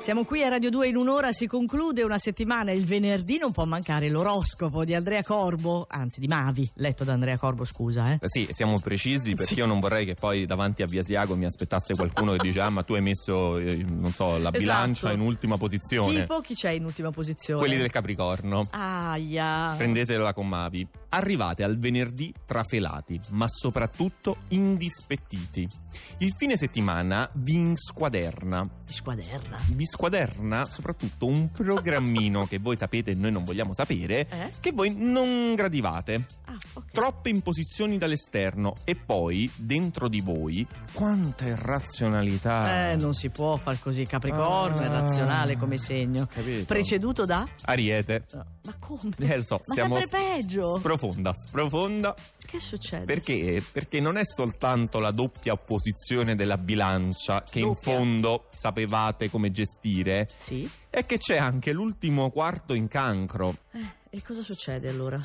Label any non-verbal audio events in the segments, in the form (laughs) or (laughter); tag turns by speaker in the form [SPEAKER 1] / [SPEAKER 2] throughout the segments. [SPEAKER 1] Siamo qui a Radio 2 in un'ora, si conclude una settimana, il venerdì non può mancare l'oroscopo di Andrea Corbo, anzi di Mavi, letto da Andrea Corbo, scusa. Eh.
[SPEAKER 2] Sì, siamo precisi perché io non vorrei che poi davanti a Biasiago mi aspettasse qualcuno che dice ah ma tu hai messo, eh, non so, la bilancia
[SPEAKER 1] Esatto.
[SPEAKER 2] in ultima posizione.
[SPEAKER 1] Tipo chi c'è in ultima posizione?
[SPEAKER 2] Quelli del Capricorno.
[SPEAKER 1] Aia.
[SPEAKER 2] Prendetela con Mavi. Arrivate al venerdì trafelati, ma soprattutto indispettiti. Il fine settimana vi insquaderna.
[SPEAKER 1] Ti Squaderna.
[SPEAKER 2] Vi squaderna soprattutto
[SPEAKER 1] (laughs)
[SPEAKER 2] un programmino che voi sapete e noi non vogliamo sapere,
[SPEAKER 1] Eh?
[SPEAKER 2] che voi non gradivate.
[SPEAKER 1] Ah, ok.
[SPEAKER 2] Troppe imposizioni dall'esterno e poi, dentro di voi, quanta irrazionalità.
[SPEAKER 1] Eh, non si può far così, Capricorno
[SPEAKER 2] Ah.
[SPEAKER 1] è razionale come segno.
[SPEAKER 2] Capito.
[SPEAKER 1] Preceduto da?
[SPEAKER 2] Ariete.
[SPEAKER 1] Ma come?
[SPEAKER 2] Eh, lo so,
[SPEAKER 1] Ma
[SPEAKER 2] stiamo
[SPEAKER 1] sempre
[SPEAKER 2] sp-
[SPEAKER 1] peggio.
[SPEAKER 2] Sprofonda, sprofonda.
[SPEAKER 1] che succede?
[SPEAKER 2] Perché? Perché non è soltanto la doppia opposizione della bilancia che in
[SPEAKER 1] Doppia.
[SPEAKER 2] fondo sapevate come gestire,
[SPEAKER 1] Sì.
[SPEAKER 2] è che c'è anche l'ultimo quarto in cancro.
[SPEAKER 1] Eh, e cosa succede allora?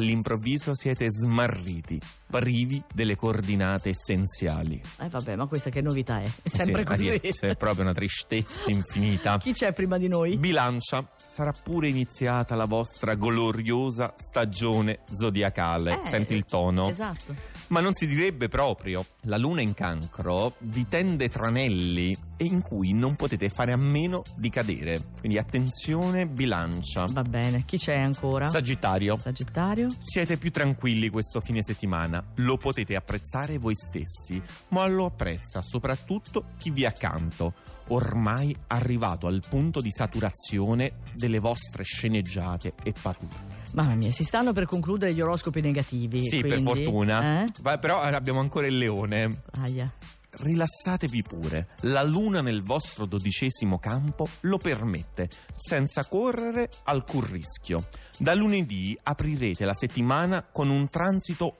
[SPEAKER 2] All'improvviso siete smarriti, privi delle coordinate essenziali.
[SPEAKER 1] Eh vabbè, ma questa che novità è? È sempre
[SPEAKER 2] Sì,
[SPEAKER 1] così.
[SPEAKER 2] Ariete, è proprio una tristezza infinita.
[SPEAKER 1] Chi c'è prima di noi?
[SPEAKER 2] Bilancia, sarà pure iniziata la vostra gloriosa stagione zodiacale.
[SPEAKER 1] Eh,
[SPEAKER 2] Senti il tono.
[SPEAKER 1] Esatto.
[SPEAKER 2] Ma non si direbbe proprio. La luna in cancro vi tende tranelli e in cui non potete fare a meno di cadere. Quindi attenzione, bilancia.
[SPEAKER 1] Va bene, chi c'è ancora?
[SPEAKER 2] Sagittario.
[SPEAKER 1] Sagittario?
[SPEAKER 2] Siete più tranquilli questo fine settimana, lo potete apprezzare voi stessi, ma lo apprezza soprattutto chi vi è accanto, ormai arrivato al punto di saturazione delle vostre sceneggiate e pature.
[SPEAKER 1] Mamma mia, si stanno per concludere gli oroscopi negativi.
[SPEAKER 2] Sì, per
[SPEAKER 1] quindi-
[SPEAKER 2] fortuna. Ecco,
[SPEAKER 1] Eh?
[SPEAKER 2] Va- però eh, abbiamo ancora il leone.
[SPEAKER 1] Aia.
[SPEAKER 2] Rilassatevi pure, la luna nel vostro dodicesimo campo lo permette, senza correre alcun rischio. Da lunedì aprirete la settimana con un transito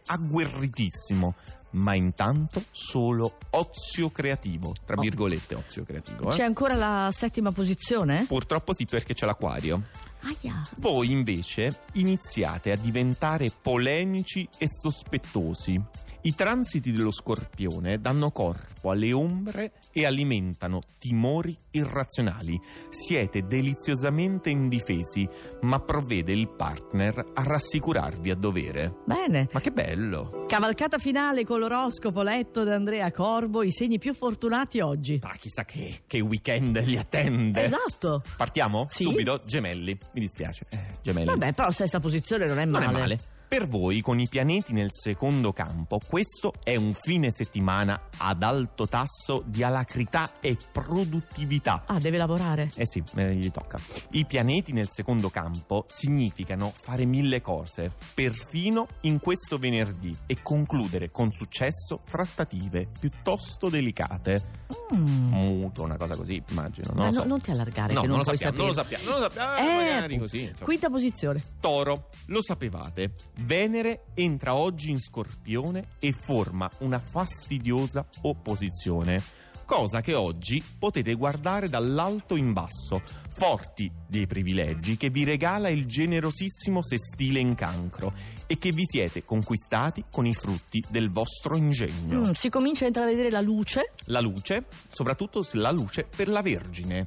[SPEAKER 2] agguerritissimo, ma intanto solo ozio creativo, tra
[SPEAKER 1] Oh.
[SPEAKER 2] virgolette ozio creativo. eh.
[SPEAKER 1] C'è ancora la settima posizione?
[SPEAKER 2] Purtroppo sì perché c'è l'acquario.
[SPEAKER 1] Aia.
[SPEAKER 2] Voi invece iniziate a diventare polemici e sospettosi. I transiti dello scorpione danno corpo alle ombre e alimentano timori irrazionali. Siete deliziosamente indifesi, ma provvede il partner a rassicurarvi a dovere.
[SPEAKER 1] Bene.
[SPEAKER 2] Ma che bello!
[SPEAKER 1] Cavalcata finale con l'oroscopo letto da Andrea Corbo, i segni più fortunati oggi.
[SPEAKER 2] Ma chissà che, che weekend li attende!
[SPEAKER 1] Esatto.
[SPEAKER 2] Partiamo?
[SPEAKER 1] Sì.
[SPEAKER 2] Subito? Gemelli. Mi dispiace. Eh, gemelli.
[SPEAKER 1] Vabbè, però sesta posizione non è
[SPEAKER 2] Non
[SPEAKER 1] male.
[SPEAKER 2] è male. Per voi, con i pianeti nel secondo campo, questo è un fine settimana ad alto tasso di alacrità e produttività.
[SPEAKER 1] Ah, deve lavorare.
[SPEAKER 2] Eh sì, eh, gli tocca. I pianeti nel secondo campo significano fare mille cose, perfino in questo venerdì, e concludere con successo trattative piuttosto delicate.
[SPEAKER 1] Mm.
[SPEAKER 2] Muto, una cosa così, immagino. Non
[SPEAKER 1] Ma
[SPEAKER 2] lo
[SPEAKER 1] no-
[SPEAKER 2] so.
[SPEAKER 1] non ti allargare,
[SPEAKER 2] No,
[SPEAKER 1] che
[SPEAKER 2] non,
[SPEAKER 1] non,
[SPEAKER 2] lo
[SPEAKER 1] puoi
[SPEAKER 2] sappiamo, non lo
[SPEAKER 1] sapere.
[SPEAKER 2] sappiamo, non lo sappiamo.
[SPEAKER 1] Eh,
[SPEAKER 2] Ah, magari
[SPEAKER 1] appunto.
[SPEAKER 2] così. insomma.
[SPEAKER 1] Quinta posizione.
[SPEAKER 2] Toro, lo sapevate, Venere entra oggi in Scorpione e forma una fastidiosa opposizione. Cosa che oggi potete guardare dall'alto in basso, forti dei privilegi che vi regala il generosissimo sestile in cancro e che vi siete conquistati con i frutti del vostro ingegno.
[SPEAKER 1] Mm, si comincia a intravedere la luce.
[SPEAKER 2] La luce, soprattutto se la luce per la Vergine.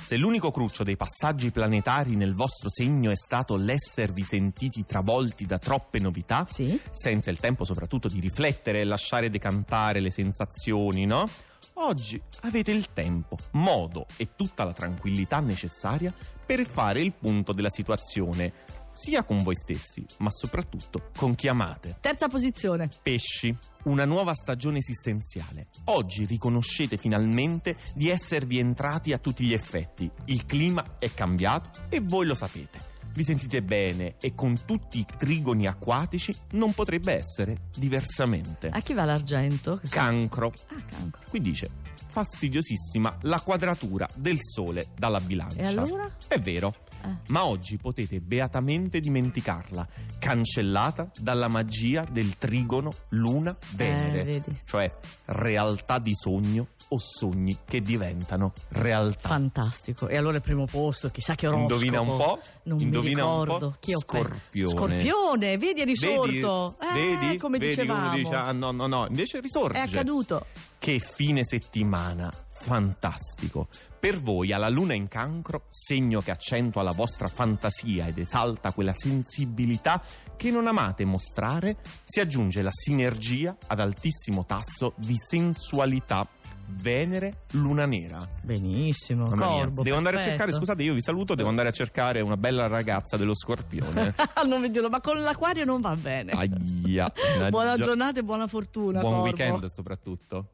[SPEAKER 2] Se l'unico cruccio dei passaggi planetari nel vostro segno è stato l'esservi sentiti travolti da troppe novità,
[SPEAKER 1] Sì.
[SPEAKER 2] senza il tempo soprattutto di riflettere e lasciare decantare le sensazioni, no? Oggi avete il tempo, modo e tutta la tranquillità necessaria per fare il punto della situazione, sia con voi stessi, ma soprattutto con chi amate.
[SPEAKER 1] Terza posizione.
[SPEAKER 2] Pesci, una nuova stagione esistenziale. Oggi riconoscete finalmente di esservi entrati a tutti gli effetti. Il clima è cambiato e voi lo sapete. Vi sentite bene e con tutti i trigoni acquatici non potrebbe essere diversamente.
[SPEAKER 1] A chi va l'argento?
[SPEAKER 2] Cancro.
[SPEAKER 1] Ah, cancro.
[SPEAKER 2] Qui dice, fastidiosissima la quadratura del Sole dalla bilancia.
[SPEAKER 1] E allora?
[SPEAKER 2] È vero.
[SPEAKER 1] Eh.
[SPEAKER 2] Ma oggi potete beatamente dimenticarla, cancellata dalla magia del trigono
[SPEAKER 1] Eh,
[SPEAKER 2] Luna-Venere,
[SPEAKER 1] vedi.
[SPEAKER 2] cioè realtà di sogno o sogni che diventano realtà.
[SPEAKER 1] Fantastico. E allora il primo posto, chissà che oroscopo.
[SPEAKER 2] Indovina un po'?
[SPEAKER 1] Non mi
[SPEAKER 2] indovina un
[SPEAKER 1] ricordo.
[SPEAKER 2] po'.
[SPEAKER 1] Chi ho pe-
[SPEAKER 2] Scorpione.
[SPEAKER 1] Scorpione, vedi è risorto.
[SPEAKER 2] Vedi,
[SPEAKER 1] Eh,
[SPEAKER 2] vedi,
[SPEAKER 1] come
[SPEAKER 2] vedi
[SPEAKER 1] dicevamo.
[SPEAKER 2] uno dice, ah no, no, no, invece risorge.
[SPEAKER 1] È accaduto.
[SPEAKER 2] Che fine settimana, fantastico. Per voi alla luna in cancro, segno che accentua la vostra fantasia ed esalta quella sensibilità che non amate mostrare, si aggiunge la sinergia ad altissimo tasso di sensualità. Venere, luna nera.
[SPEAKER 1] Benissimo.
[SPEAKER 2] Mamma mia.
[SPEAKER 1] Corbo,
[SPEAKER 2] devo andare a
[SPEAKER 1] perfetto. (laughs)
[SPEAKER 2] cercare, scusate, io vi saluto, devo andare a cercare una bella ragazza dello
[SPEAKER 1] (laughs)
[SPEAKER 2] scorpione.
[SPEAKER 1] Ah, non mi dirlo, ma con l'acquario non va bene.
[SPEAKER 2] Aia.
[SPEAKER 1] Buona
[SPEAKER 2] mannaggia.
[SPEAKER 1] giornata e buona fortuna.
[SPEAKER 2] Buon
[SPEAKER 1] Corbo.
[SPEAKER 2] weekend soprattutto.